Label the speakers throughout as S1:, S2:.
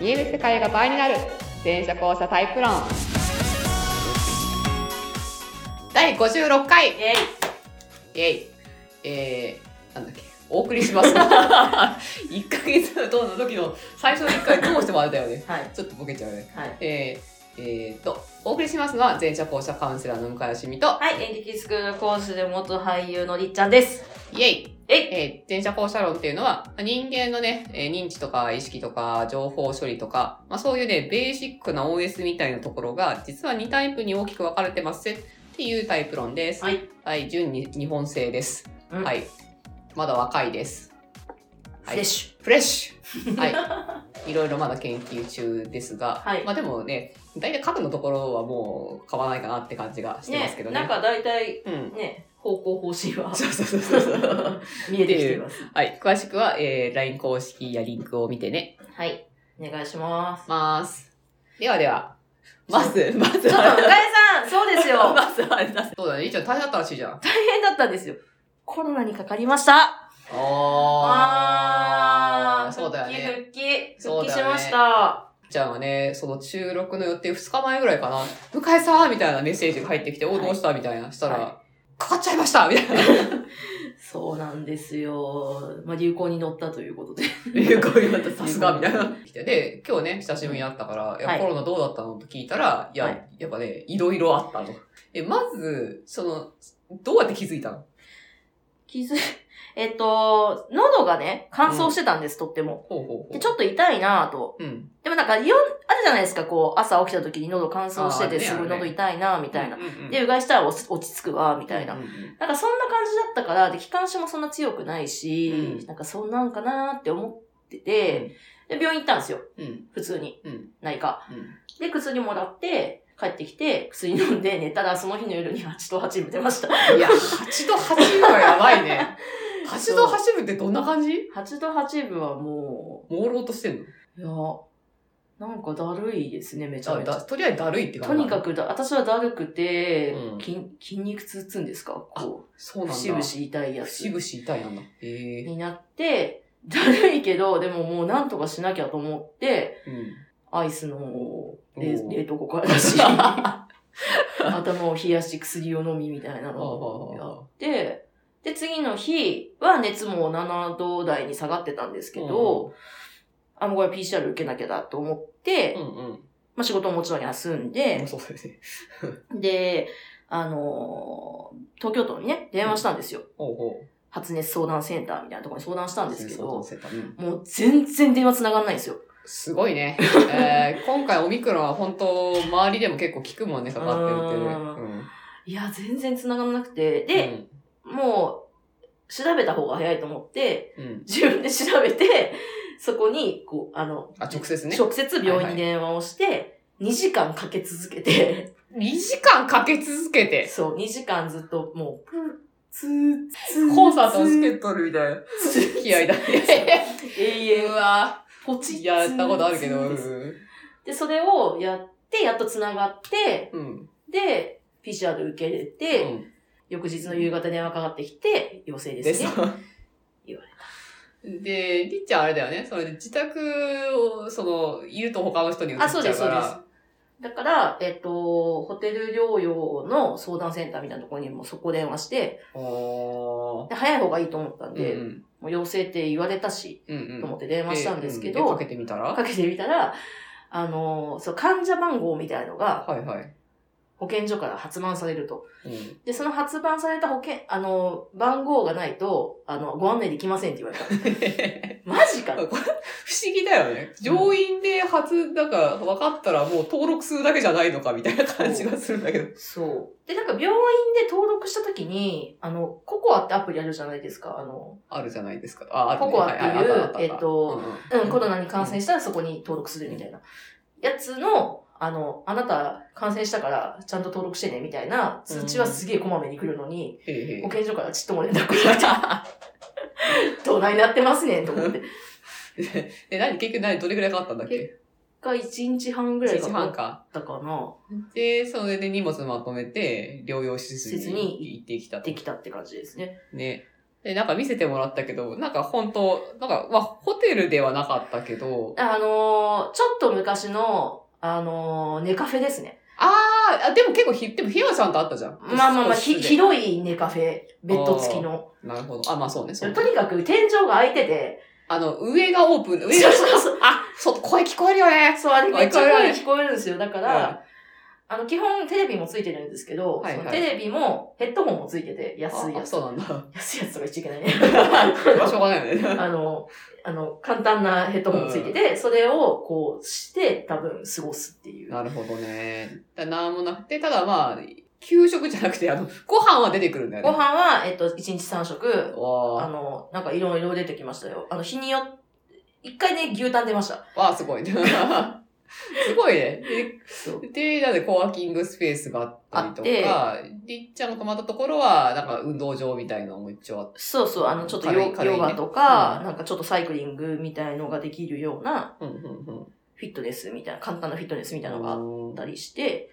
S1: 見える世界が倍になる全社交差タイプ論第56回イ
S2: イエイ
S1: エイえー、なんだっけお送りします 一ヶ月のどうの時の最初の1回どうしてもあれだよね
S2: はい
S1: ちょっとボケちゃうね
S2: はい
S1: えー、えー、とお送りしますのは全社交差カウンセラーの向井しみと
S2: はい、演劇スクール講師で元俳優のりっちゃんです。
S1: イエイ
S2: えい
S1: えー、前者後者論っていうのは、まあ人間のね、えー認知とか意識とか情報処理とか、まあ、そういうね、ベーシックな OS みたいなところが、実は2タイプに大きく分かれてますぜっていうタイプ論です。
S2: はい。
S1: はい、純に日本製です。
S2: うん
S1: はい。まだ若いです。はい
S2: フレッシ
S1: フレッシュはい。いろいろまだ研究中ですが、
S2: はい
S1: まあでもね、大体核のところはもう買わないかなって感じがし
S2: ュ。
S1: てますけどね。
S2: なんか大体、
S1: うん。
S2: ね、方向方針は
S1: そうそうそうそう。
S2: 見えてきて います。
S1: はい。詳しくは、えー、LINE 公式やリンクを見てね。
S2: はい。お願いします。
S1: ます。ではでは、まず、まず
S2: ちょっと、
S1: は
S2: 向井さん、そうですよ。
S1: まずはあれだ。そうだね、一応大変だったらしい じゃん。
S2: 大変だったんですよ。コロナにかかりました。
S1: あー、そうだよね。
S2: 復帰、
S1: そ
S2: 復
S1: う
S2: 帰。復帰
S1: だ
S2: し
S1: よね
S2: ました。
S1: ちゃんはね、その収録の予定2日前ぐらいかな、向井さんみたいなメッセージが入ってきて、
S2: はい
S1: お、どうしたみたいな。したら、
S2: は
S1: かかっちゃいましたみたいな。
S2: そうなんですよ。まあ、流行に乗ったということで。
S1: いう声があったさすが、みたいな。来てで、今日ね、久しぶりに会ったから、いや、
S2: はい
S1: コロナどうだったのと聞いたら、いや、
S2: はい
S1: やっぱね、いろいろあったの。え、まず、その、どうやって気づいたの
S2: 気づい、えっと、喉がね、乾燥してたんです、とっても。
S1: ほうほうほ
S2: で、
S1: う。
S2: ちょっと痛いなぁと。
S1: うん。
S2: でもなんか、よ、あるじゃないですか、こう、朝起きた時に喉乾燥して
S1: あー
S2: て、
S1: ね
S2: すごい喉痛いな、みたいな。
S1: うんうんうん
S2: で、うがいしたら落ち落ち着くわ、みたいな。
S1: うんうんうん
S2: なんかそんな感じだったから、で、気管支もそんな強くないし、
S1: うん
S2: なんかそんなんかなーって思ってて、で、病院行ったんですよ。
S1: うん。
S2: 普通に。
S1: うん。
S2: 内科。
S1: うん。
S2: で、薬もらって、帰ってきて、薬飲んで寝たら、その日の夜に8と8分出 ました。
S1: いや、8度8分はやばいね。8度8分ってどんな感じ
S2: 8と8分はも
S1: 朦朧としてんの
S2: う、いや、なんかだるいですね、めちゃ
S1: だ
S2: めちゃ
S1: だ。とりあえずだるいって
S2: と
S1: 感じ。
S2: にか。くだ、私はだるくて、
S1: うん
S2: 筋筋肉痛っつうんですかこ
S1: そう
S2: う、
S1: なんだ。
S2: 節々痛いやつ
S1: 節々痛いなんだ。へえ。
S2: になって、だるいけど、でももうなんとかしなきゃと思って、
S1: うん。
S2: アイスの冷
S1: おう
S2: 冷凍庫から出 し、頭を冷やし薬を飲みみたいなのをやって、で、次の日は熱も7度台に下がってたんですけど、あ、もうこれ PCR 受けなきゃだと思って、
S1: うんうん。
S2: まあ仕事ももちろん休んで、
S1: もうそうだよね。
S2: で、あのー東京都にね、電話したんですよ。
S1: おうおう。
S2: 発熱相談センターみたいなところに相談したんですけど、
S1: そうだうん
S2: もう全然電話繋がんないんですよ。
S1: すごい ね。えー今回オミクロンは本当、周りでも結構聞くもんね、かかってるってね。
S2: いや、全然繋がんなくて、
S1: うん
S2: で、、もう、調べた方が早いと思って、
S1: うんうん。
S2: 自分で調べて、そこに、こう、あの、
S1: あ、直接ね。
S2: 直接病院に電話をして、2時間かけ続けて、
S1: 2時間かけ続けて。
S2: そう、2時間ずっともう、プーツー、ツー、
S1: コンサートを けとるみたいな。
S2: ツー
S1: 気合だね。
S2: 永
S1: う
S2: 遠、
S1: わ
S2: ポチッ
S1: やったことあるけど。
S2: ツー
S1: う
S2: ツーです
S1: ん
S2: で、それをやって、やっと繋がって、
S1: うん。
S2: で、PCR 受け入れて、翌日の夕方電話かかってきて、陽性
S1: で
S2: ですね。
S1: さ
S2: 言われ。
S1: で、りっちゃんあれだよね。それで自宅を、その、いると他の人に移っちゃうから。
S2: あ、そうです、そうです。だから、えっと、ホテル療養の相談センターみたいなところにもそこ電話して、
S1: おー
S2: で早い方がいいと思ったんで、
S1: うん
S2: もう陽性って言われたし、
S1: うんうん
S2: と思って電話したんですけど、
S1: うかけてみたら
S2: かけてみたら、あの、そう、患者番号みたいのが
S1: はいはい。
S2: 保健所から発売されると。
S1: うん
S2: で、その発売された保険、あの、番号がないと、あの、ご案内できませんって言われた。 マジか
S1: これ不思議だよね。上院で初、なんか分かったらもう登録するだけじゃないのかみたいな感じがするんだけど。
S2: そう。で、なんか病院で登録した時に、あの、ココアってアプリあるじゃないですか。あの、
S1: あるじゃないですか。あ、ある、ね。
S2: ココアっていう
S1: はあたあた
S2: えっと、
S1: うん
S2: うん、コロナに感染したらそこに登録するみたいな。やつの、あの、あなた感染したからちゃんと登録してねみたいな通知はすげえこまめに来るのに、
S1: へえへえ
S2: 保健所からちっとも連絡が来て、どないなってますねんと思って。
S1: で、で何結局何どれぐらいかかったんだっけ
S2: が1日半ぐらい
S1: ?1
S2: か
S1: 時
S2: か
S1: 半
S2: っ
S1: か。
S2: たかな、
S1: で、それで荷物まとめて、療養施設
S2: 施設に
S1: に行ってきたと
S2: で。きたって感じですね。
S1: ね。で、なんか見せてもらったけど、なんか本当なんか、まあ、ホテルではなかったけど、
S2: あのーちょっと昔の、あのーネカフェですね。
S1: あー、あでも結構ひ、でもひよさんとあったじゃん。
S2: まあまあまあ、ひ、
S1: 個室で
S2: 広いネカフェ、ベッド付きの。
S1: なるほど。あ、まあそうね、そ
S2: と
S1: うね。
S2: にかく天井が開いてて、
S1: あの、上がオープン、上
S2: そう
S1: が、
S2: そうそう。
S1: あ、そう、声聞こえるよね。
S2: そう、あれめっちゃ
S1: あ聞こえ
S2: 声
S1: る
S2: 聞こえるんですよ。だから、
S1: は
S2: あの、基本テレビもついてるんですけど、
S1: はいはい
S2: そのテレビもヘッドホンもついてて、安い
S1: あ
S2: や
S1: あ
S2: つ。
S1: そうなんだ。
S2: 安いやつとか言っちゃいけないね。
S1: まあしょうがないよね。
S2: あの、あの、簡単なヘッドホンもついてて、それをこうして多分過ごすっていう。
S1: なるほどね。だなんもなくて、ただまあ、給食じゃなくて、あの、ご飯は出てくるんだよ
S2: ご
S1: ね。
S2: 飯は、えっと、1日3食、
S1: ご
S2: あ
S1: わ
S2: の、なんかいろいろ出てきましたよ。あの、日によって、一回ね、牛タン出ました。
S1: あ、わあ、すごいね。 すごいね。
S2: そう
S1: で、で、なんでコワーキングスペースがあったりとか、りっちゃんの泊まったところは、なんか運動場みたいなのも一応あっ
S2: そうそう、あの、ちょっと
S1: 軽い
S2: ヨ,、
S1: 軽いね
S2: ガとか、
S1: うん
S2: なんかちょっとサイクリングみたいのができるような、
S1: うんうんうん。
S2: フィットネスみたいな、簡単なフィットネスみたいなのがあっ
S1: の
S2: たりして、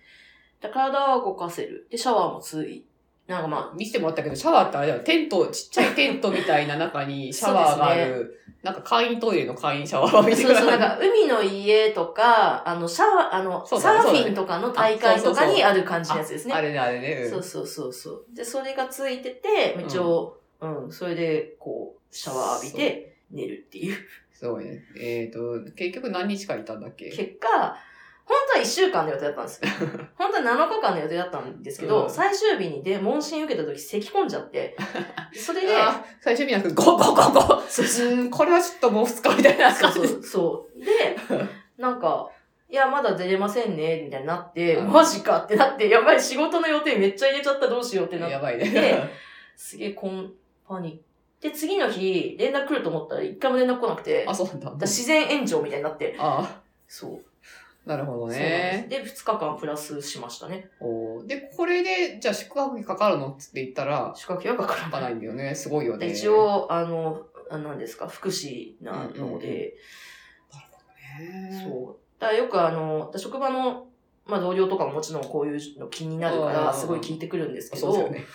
S2: で体は動かせる。で、シャワーもつい。なんかまあ、
S1: 見せてもらったけど、シャワーってあれだよ。テント、ちっちゃいテントみたいな中にシャワーがあ
S2: そ
S1: る、なんか簡易トイレの簡易シャワ ーみたい
S2: そう
S1: な。
S2: そう、なんか、海の家とか、あの、シャワー、あの、
S1: そう
S2: サ
S1: だね
S2: ーフィンとかの大会とかにある感じのやつです
S1: あ
S2: ね。
S1: れね、あれね。うん
S2: そうそうそうそう。で、それがついてて、一応、うん、それで、こう、シャワー浴びて、寝るっていう。
S1: すごいね。えっ、ー、と、結局何日間いたんだっけ
S2: 結果、本当は1週間の予定だったんで すよ。本当は7日間の予定だったんですけど、
S1: うん
S2: 最終日にで、問診受けた時、咳込んじゃって、それで、
S1: あ最終日なんですけど、ゴゴゴゴうーん、これはちょっともう2日みたいな
S2: そう
S1: 感じ
S2: そ
S1: で。
S2: う、そ う。で、なんか、いや、まだ出れませんね、みたいになって、
S1: うん
S2: マジかってなって、やばい、仕事の予定めっちゃ入れちゃった、どうしようってなっ
S1: や
S2: て、
S1: ばいね。
S2: ですげえ、こん、パニック。で、次の日、連絡来ると思ったら、一回も連絡来なくて、
S1: あ、そうなんだ。
S2: 自然炎上みたいになって、
S1: あ
S2: そう。
S1: あ、なるほど
S2: そうなん
S1: ね。
S2: ですで、2日間プラスしましたね。
S1: おーで、これで、じゃあ宿泊費かかるのつって言ったら、
S2: 宿泊費はかから
S1: かかな
S2: な。
S1: いいんだよね。すごいよ
S2: で
S1: ね。
S2: 一応、あの、あなんですか、福祉なので、
S1: うんうんうんね。
S2: そう。だからよくあの、職場の、まあ同僚とかももちろんこういうの気になるか
S1: うんうんう
S2: ら、
S1: ん
S2: すごい聞いてくるんですけ
S1: そうだよ
S2: ど、
S1: ね。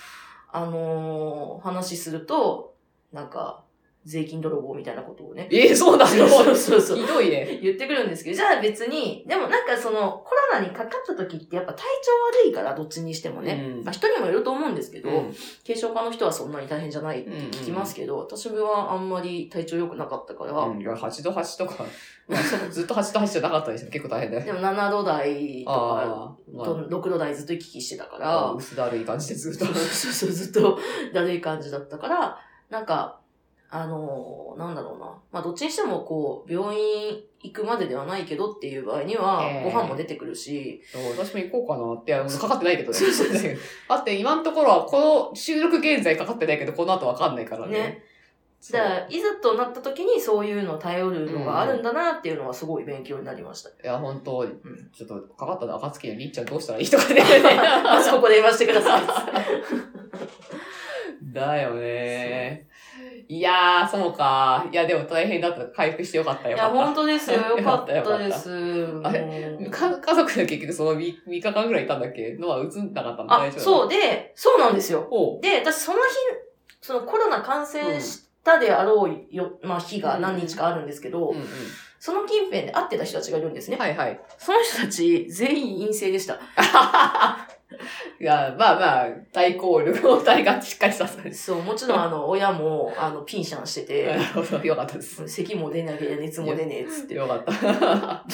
S2: あのー話すると、なんか、税金泥棒みたいなことをね。
S1: えー、そうな
S2: そう
S1: の
S2: そうそう。
S1: ひどいね。
S2: 言ってくるんですけど、じゃあ別に、でもなんかその、コロナにかかった時ってやっぱ体調悪いから、どっちにしてもね。
S1: うん
S2: まあ人にもよると思うんですけど、
S1: うん
S2: 軽症化の人はそんなに大変じゃないって聞きますけど、私はあんまり体調良くなかったから、
S1: うん、いや8度8とか、まあそうずっと8度8じゃなかったでしょ。結構大変だよ。
S2: でも7度台とか、
S1: あー、まあ
S2: と6度台ずっと行き来してた
S1: あ
S2: から
S1: ー、、薄だるい感じでずっと
S2: そう。そうそう、ずっとだるい感じだったから、なんか、あのーなんだろうな。まあ、どっちにしても、こう、病院行くまでではないけどっていう場合には
S1: え、え
S2: ご飯も出てくるし、
S1: そう私も行こうかなって、いや、もうかかってないけどね
S2: そうそうそ。
S1: あって、今のところは、この収録現在かかってないけど、この後わかんないからね。
S2: ね
S1: そう
S2: だから、いざとなった時にそういうのを頼るのがあるんだなっていうのはすごい勉強になりました。
S1: いや、本当
S2: ん
S1: ちょっと、かかったら、暁にりっちゃんどうしたらいいとか ね。
S2: まずここで言わせてくだ さい。
S1: だよね。いやー、そうか。いや、でも大変だった。回復してよかった
S2: い
S1: よ。
S2: や、
S1: か
S2: 本
S1: っ
S2: 当ですよ。よかっ
S1: よか
S2: た
S1: ったよ
S2: で
S1: かっ
S2: す。もう
S1: あれたか家族で結局その 3, 日間ぐらいいたんだっけのは映んなかったの
S2: あ、
S1: う。
S2: そうで、そうなんですよ。
S1: おう
S2: で、私その日、そのコロナ感染したであろうよ、まあ日が何日かあるんですけど、
S1: うんうん
S2: その近辺で会ってた人たちがいるんですね。
S1: はいはい。
S2: その人たち全員陰性でした。
S1: いや、まあまあ、対抗力を体がしっかりさ せる。
S2: そう、もちろんあの、親もあの、ピンシャンして
S1: な
S2: て
S1: る、ほど、よかったです。
S2: 咳も出なきゃ熱も出ねえっつって。
S1: よかった。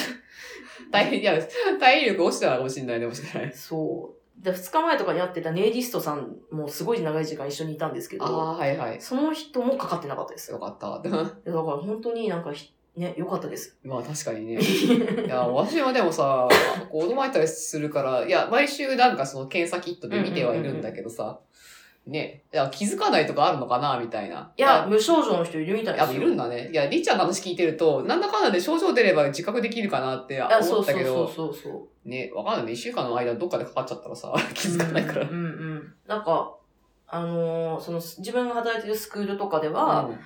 S1: 大変、いや、体力落ちたのかもしれないね、もしれない。
S2: そう。で、二日前とかに会ってたネイリストさんもすごい長い時間一緒にいたんですけ
S1: あ
S2: ど、
S1: あ、はいはい。
S2: その人もかかってなかったですよ。
S1: よか った。
S2: だから本当になんかひ、ね、良かったです。
S1: まあ確かにね。 いや、私はでもさ、子供入ったりするから、いや、毎週なんかその検査キットで見てはいるんだけどさ、ね、いや気づかないとかあるのかな、みたいな。
S2: いや、、無症状の人いるみたいで
S1: やっぱ
S2: す
S1: い
S2: よ。
S1: るんだね。いや、りっちゃんの話聞いてると、なんだかんだで症状出れば自覚できるかなって
S2: いや、
S1: 思
S2: そう
S1: っ
S2: そ
S1: た
S2: う
S1: け
S2: そう
S1: ど、
S2: そうそう。
S1: ね、わかんないね。一週間の間どっかでかかっちゃったらさ、 気づかないから。
S2: うんうんうん。なんか、あのーその、自分が働いてるスクールとかでは、
S1: うん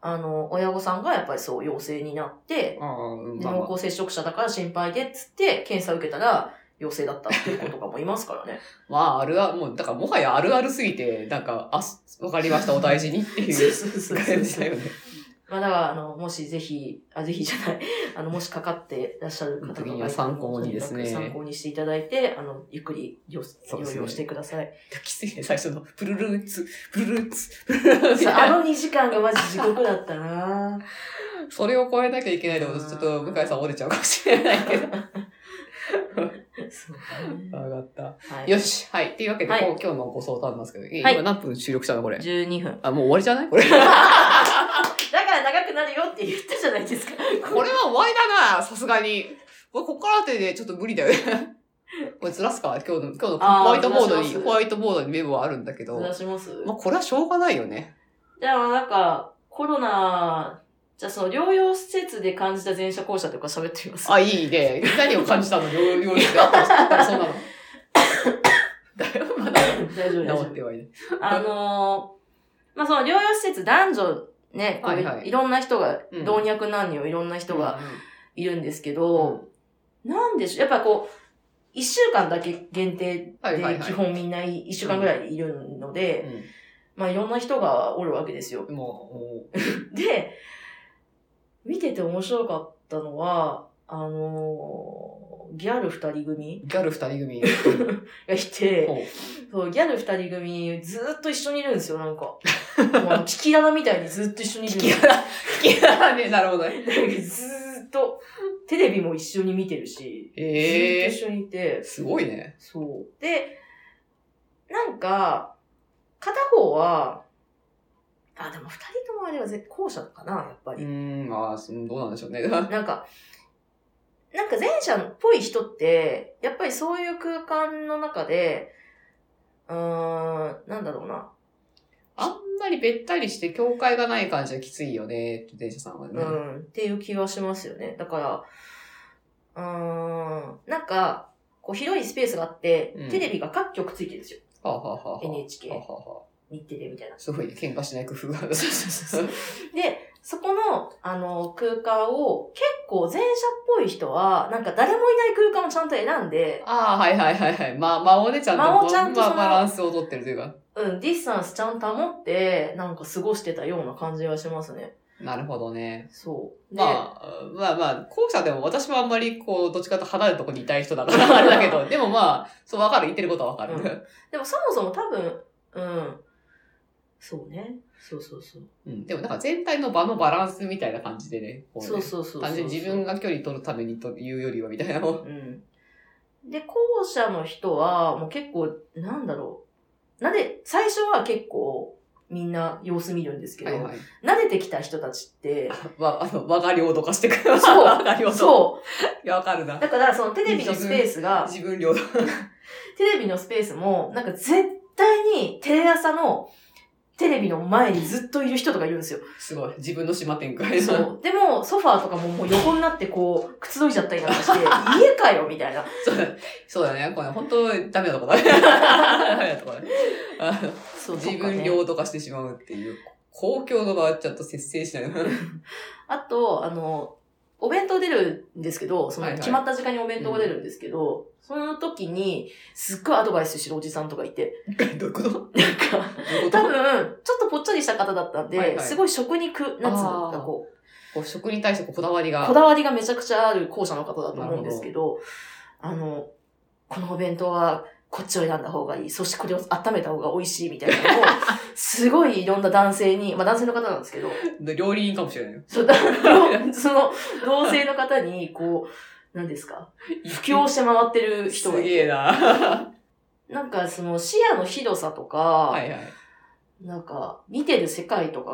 S2: あの、親御さんがやっぱりそう、陽性になって、
S1: ああ、うん、
S2: で
S1: まあまあ
S2: 濃厚接触者だから心配でっつって、検査受けたら、陽性だったっていう子とかもいますから ね。
S1: まあ、あるある、もう、だからもはやあるあるすぎて、なんか、あ、すわかりました、お大事にっていう
S2: そうそ
S1: 感じだよね。
S2: まあだから、あの、もしぜひ、あ、ぜひじゃない、 あの、もしかかってらっしゃる方と
S1: 時
S2: か
S1: には参考にですね
S2: 参考にしていただいて、あの、ゆっくり療
S1: そうですね
S2: 療養してくだ さい。
S1: きついね、最初の、プルルーツ、プルルーツ、プルルーツみ
S2: そう
S1: たい
S2: あ
S1: な。
S2: の2時間がマジ地獄だった な
S1: それを超えなきゃいけないってこと、ちょっと向井さん折れちゃうかもしれないけ ど。
S2: そうか
S1: わ
S2: ね
S1: かった。
S2: はい
S1: よし、はい。っていうわけで、
S2: はい
S1: こう今日のご相談なんですけど、
S2: はい
S1: 今何分収録したのこれ。
S2: 12分。
S1: あ、もう終わりじゃないこれ。こ
S2: だから長くなるよって言ったじゃないですか。こ
S1: れは終わりだな、さすがに。これこっからってね、ちょっと無理だよね。 これずらすか今日の、今日のホ
S2: あー
S1: ワイトボード
S2: ずらし
S1: に、
S2: ます
S1: ホワイトボードにメモはあるんだけど。
S2: 出します
S1: まあ、これはしょうがないよね。
S2: じゃあなんか、コロナ、じゃあその療養施設で感じた前者後者とか喋ってみます。
S1: あ、いいね。何を感じたの料 料理でやったらそうなの。だよ、まだ。
S2: 大丈夫です
S1: 治っ。てはいない。
S2: あのーまあその療養施設男女ね、こう
S1: はいはい
S2: いろんな人が、
S1: うん
S2: 老若男女いろんな人がいるんですけど、
S1: う
S2: なんでしょう、やっぱこう、一週間だけ限定
S1: はいはい
S2: で
S1: はい
S2: 基本みんな一週間ぐらいいるので、
S1: ん
S2: まあいろんな人がおるわけですよ。
S1: うん。もう、
S2: で、見てて面白かったのは、あのーギャル二人組
S1: ギャル二人組。
S2: がいて、
S1: も
S2: そう、ギャル二人組ずーっと一緒にいるんですよ、なんか。もう、キキララみたいにずーっと一緒にいるんですよ。
S1: ういやね、なるほどね。
S2: なんかずーっと、テレビも一緒に見てるし、ず
S1: ええ
S2: ーっと一緒にいて、
S1: すごいね。
S2: そう。で、なんか、片方は、あ、でも二人ともあれは絶後者かな、やっぱ
S1: う
S2: り。
S1: ん、まあ、そどうなんでしょうね。
S2: なんか、なんか前者っぽい人って、やっぱりそういう空間の中で、うーん、なんだろうな。
S1: あんまりべったりして境界がない感じはきついよね、って電車さんはね。
S2: うん、っていう気はしますよね。だから、うーん、なんか、こう広いスペースがあって、
S1: うん
S2: テレビが各局ついてるんですよ。
S1: はあ、はあはあはあ、
S2: NHK
S1: はあはあはあ
S2: 日テレみたいな。
S1: すごいね、喧嘩しない工夫が。そう
S2: そうで、そこの、あの、空間を、結構前者っぽい人は、なんか誰もいない空間をちゃんと選んで、
S1: ああ、はいはいはいはい。まあ、間をね、ちゃんと、
S2: 間をちゃんと
S1: まあ
S2: その
S1: バランスをとってるというか。
S2: うん、ディスタンスちゃんと保って、なんか過ごしてたような感じがしますね。
S1: なるほどね。
S2: そう。で
S1: まあ、まあまあ、後者でも私はあんまりこう、どっちかというと離れたとこにいたい人だから、 あれだけど、でもまあ、そうわかる、言ってることはわかる。
S2: でもそもそも多分、うん、そうね。そうそうそう。
S1: うん。でもなんか全体の場のバランスみたいな感じでね、こうね
S2: そうそうそうそう。
S1: 単純に自分が距離取るためにというよりはみたいなの。
S2: うん。で、後者の人は、もう結構、なんだろう。なで、最初は結構、みんな様子見るんですけど、
S1: はいはい。
S2: 慣れてきた人たち って、
S1: わ、あの、我が領土化してくる。
S2: そう
S1: 我が領土。
S2: そ
S1: いや、わかる
S2: う。
S1: な。
S2: だから、そのテレビのスペースが、
S1: 自分領土。
S2: テレビのスペースも、なんか絶対にテレ朝のテレビの前にずっといる人とかいるんですよ。
S1: すごい。自分の島展開。
S2: そう。でも、ソファーとかももう横になってこう、くつろいじゃったりなんか して、家かよみたいな。
S1: そうだそうだね。これ本当ダメなとこだね。ダメなとこだね。あの
S2: そう
S1: 自
S2: とかね
S1: 分領土化してしまうっていう。公共の場はちょっと節制しない。
S2: あと、あの、お弁当出るんですけど、その
S1: はいはい
S2: 決まった時間にお弁当が出るんですけど、その時に、すっごいアドバイスしてるおじさんとかいて、
S1: どういうことどう
S2: なんか、
S1: いうこ
S2: 多
S1: と
S2: 分、ちょっとぽっちゃりした方だったんで、
S1: はいはい
S2: すごい食にく、なんつうの
S1: あー
S2: なんかこう、
S1: こう食に対してこだわりが。
S2: こだわりがめちゃくちゃある校舎の方だと思うんですけど、あの、このお弁当は、こっちを選んだ方がいい。そしてこれを温めた方が美味しいみたいな のを、すごいいろんな男性に、まあ男性の方なんで すけど、
S1: 料理人かもしれないよ。
S2: そうだその、同性の方に、こう、何ですか布教して回ってる人が
S1: す
S2: いて
S1: げえな。 は
S2: なんかその視野の広さとか、
S1: いはい。
S2: なんか見てる世界とか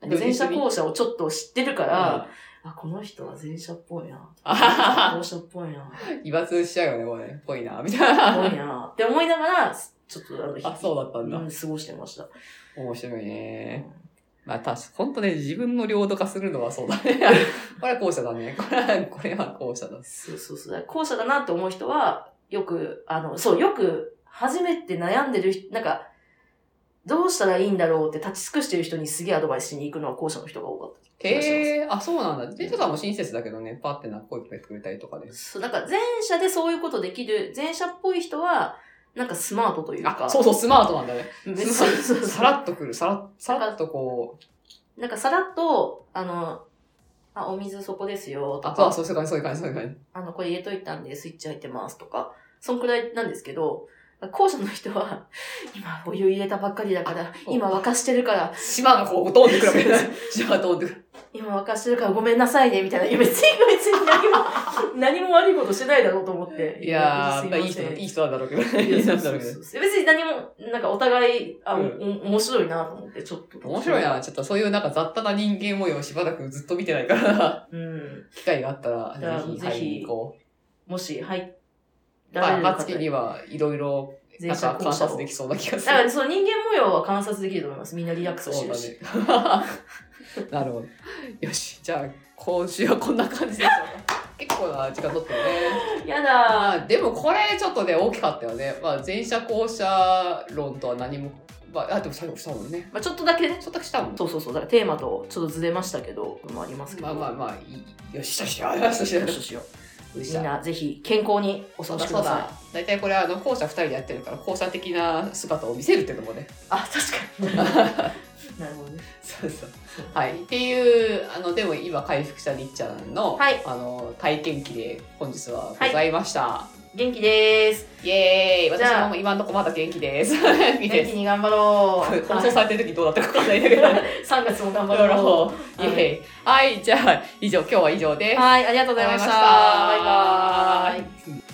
S2: が、
S1: 如実
S2: 前
S1: に
S2: 者後者をちょっと知ってるから、あ、この人は前者っ ぽいな。
S1: あはは
S2: 後者っぽいな。
S1: 威伐しちゃうよね、これ。ぽいな、みたいな。
S2: ぽいな。って思いながら、ちょっとあの、
S1: あ、そうだったんだ。
S2: うん過ごしてました。
S1: 面白いね。
S2: うん
S1: まあ、確か、ほんとね、自分の領土化するのはそうだね。これは後者だね。これは、これは後者だ。
S2: そうそうそう。後者だなって思う人は、よく、あの、そう、よく、初めて悩んでる人、なんか、どうしたらいいんだろうって立ち尽くしてる人にすげえアドバイスしに行くのは後者の人が多かった。
S1: へえー、あ、そうなんだ。で、ちょっともう親切だけどね、パってな、声かけてくれたりとかで。
S2: そう、なんか前者でそういうことできる、前者っぽい人は、なんかスマートというか。
S1: あ、そうそう、スマートなんだね。
S2: めっちゃ
S1: スマ
S2: そうそう
S1: さらっとくる、さら、さらっとこう、
S2: なんかさらっと、あの、あ、お水そこですよと
S1: あ、そう
S2: か、
S1: そう、そういう感じ、そういう感じ、そういう感
S2: あの、これ入れといたんでスイッチ入ってますとか、そんくらいなんですけど、後者の人は、今お湯入れたばっかりだから、
S1: そう
S2: 今沸かしてるから、
S1: じ。島がこう、飛んでくるわけです。 島が飛んでくる。
S2: 今沸かしてるからごめんなさいね、みたいな。いや、別に別に何も、何も悪いことしてないだろうと思って。
S1: いや
S2: す
S1: ー、
S2: い
S1: まあ
S2: ま
S1: いい
S2: せ
S1: 人、
S2: ん
S1: いい人なんだろうけど。
S2: い
S1: いい
S2: や
S1: 人
S2: そ
S1: なだろ
S2: うんそ
S1: う
S2: う
S1: けど。
S2: そう別に何も、なんかお互い、あ、お
S1: うん
S2: お面白いなと思って、ちょっと。
S1: 面白い。な。ちょっとそういうなんか雑多な人間模様をしばらくずっと見てないから、
S2: うん。
S1: 機会があったら、
S2: じゃあ
S1: ぜひ、
S2: ぜひ
S1: 入りに行こ
S2: もし入
S1: う。
S2: ら
S1: ま
S2: れ
S1: あ、
S2: る
S1: かつ
S2: 方
S1: きにはいろいろ、
S2: 前
S1: なん
S2: 者
S1: か
S2: 後
S1: 観
S2: 者を
S1: 察できそうな気がす
S2: だから
S1: る。
S2: その人間模様は観察できると思います。みんなリラックスしてるし。
S1: そうだね。 なるほど。よし、じゃあ、今週はこんな感じでしょうか。 結構な時間取ってるね。
S2: やだー。
S1: あーでもこれちょっとね、大きかったよね。まあ、前者後者論とは何も、まあ、あ、でも最後したもんね。
S2: まあちょっとだけね。
S1: ちょっとしたもん。
S2: そうそうそう。だからテーマとちょっとずれましたけど、もありますけど。
S1: まあまあまあ、いいよしとしよう、よしとしよう
S2: よ
S1: よ
S2: し
S1: し
S2: よしよ
S1: とし
S2: み
S1: よ
S2: ん
S1: う。
S2: なぜひ健康にお過
S1: そう
S2: ごし
S1: だそ
S2: くだ
S1: う
S2: さい
S1: だ。大体これはあの校舎二人でやってるから校舎的な姿を見せるってのもね。
S2: あ確かに なるほどね
S1: そうそう。はい。っていうあのでも今回復したりっちゃんの、
S2: はい
S1: あの体験記で本日はございました。
S2: 元気です
S1: イエーイ。
S2: じゃあ
S1: 私も今のとこまだ元気です。 元気
S2: 元
S1: です
S2: 気。に頑張ろう
S1: 放送されてる時どうだったかわかんないんだけど。
S2: 3月も頑張
S1: なる
S2: ろ
S1: ほど。イエーイ。はい。じゃあ以上今日は以上で
S2: う
S1: す。
S2: はいありがとうございました
S1: あ
S2: バ
S1: り
S2: イ
S1: がとうござ
S2: バ
S1: いましたバ
S2: イ
S1: イバイ。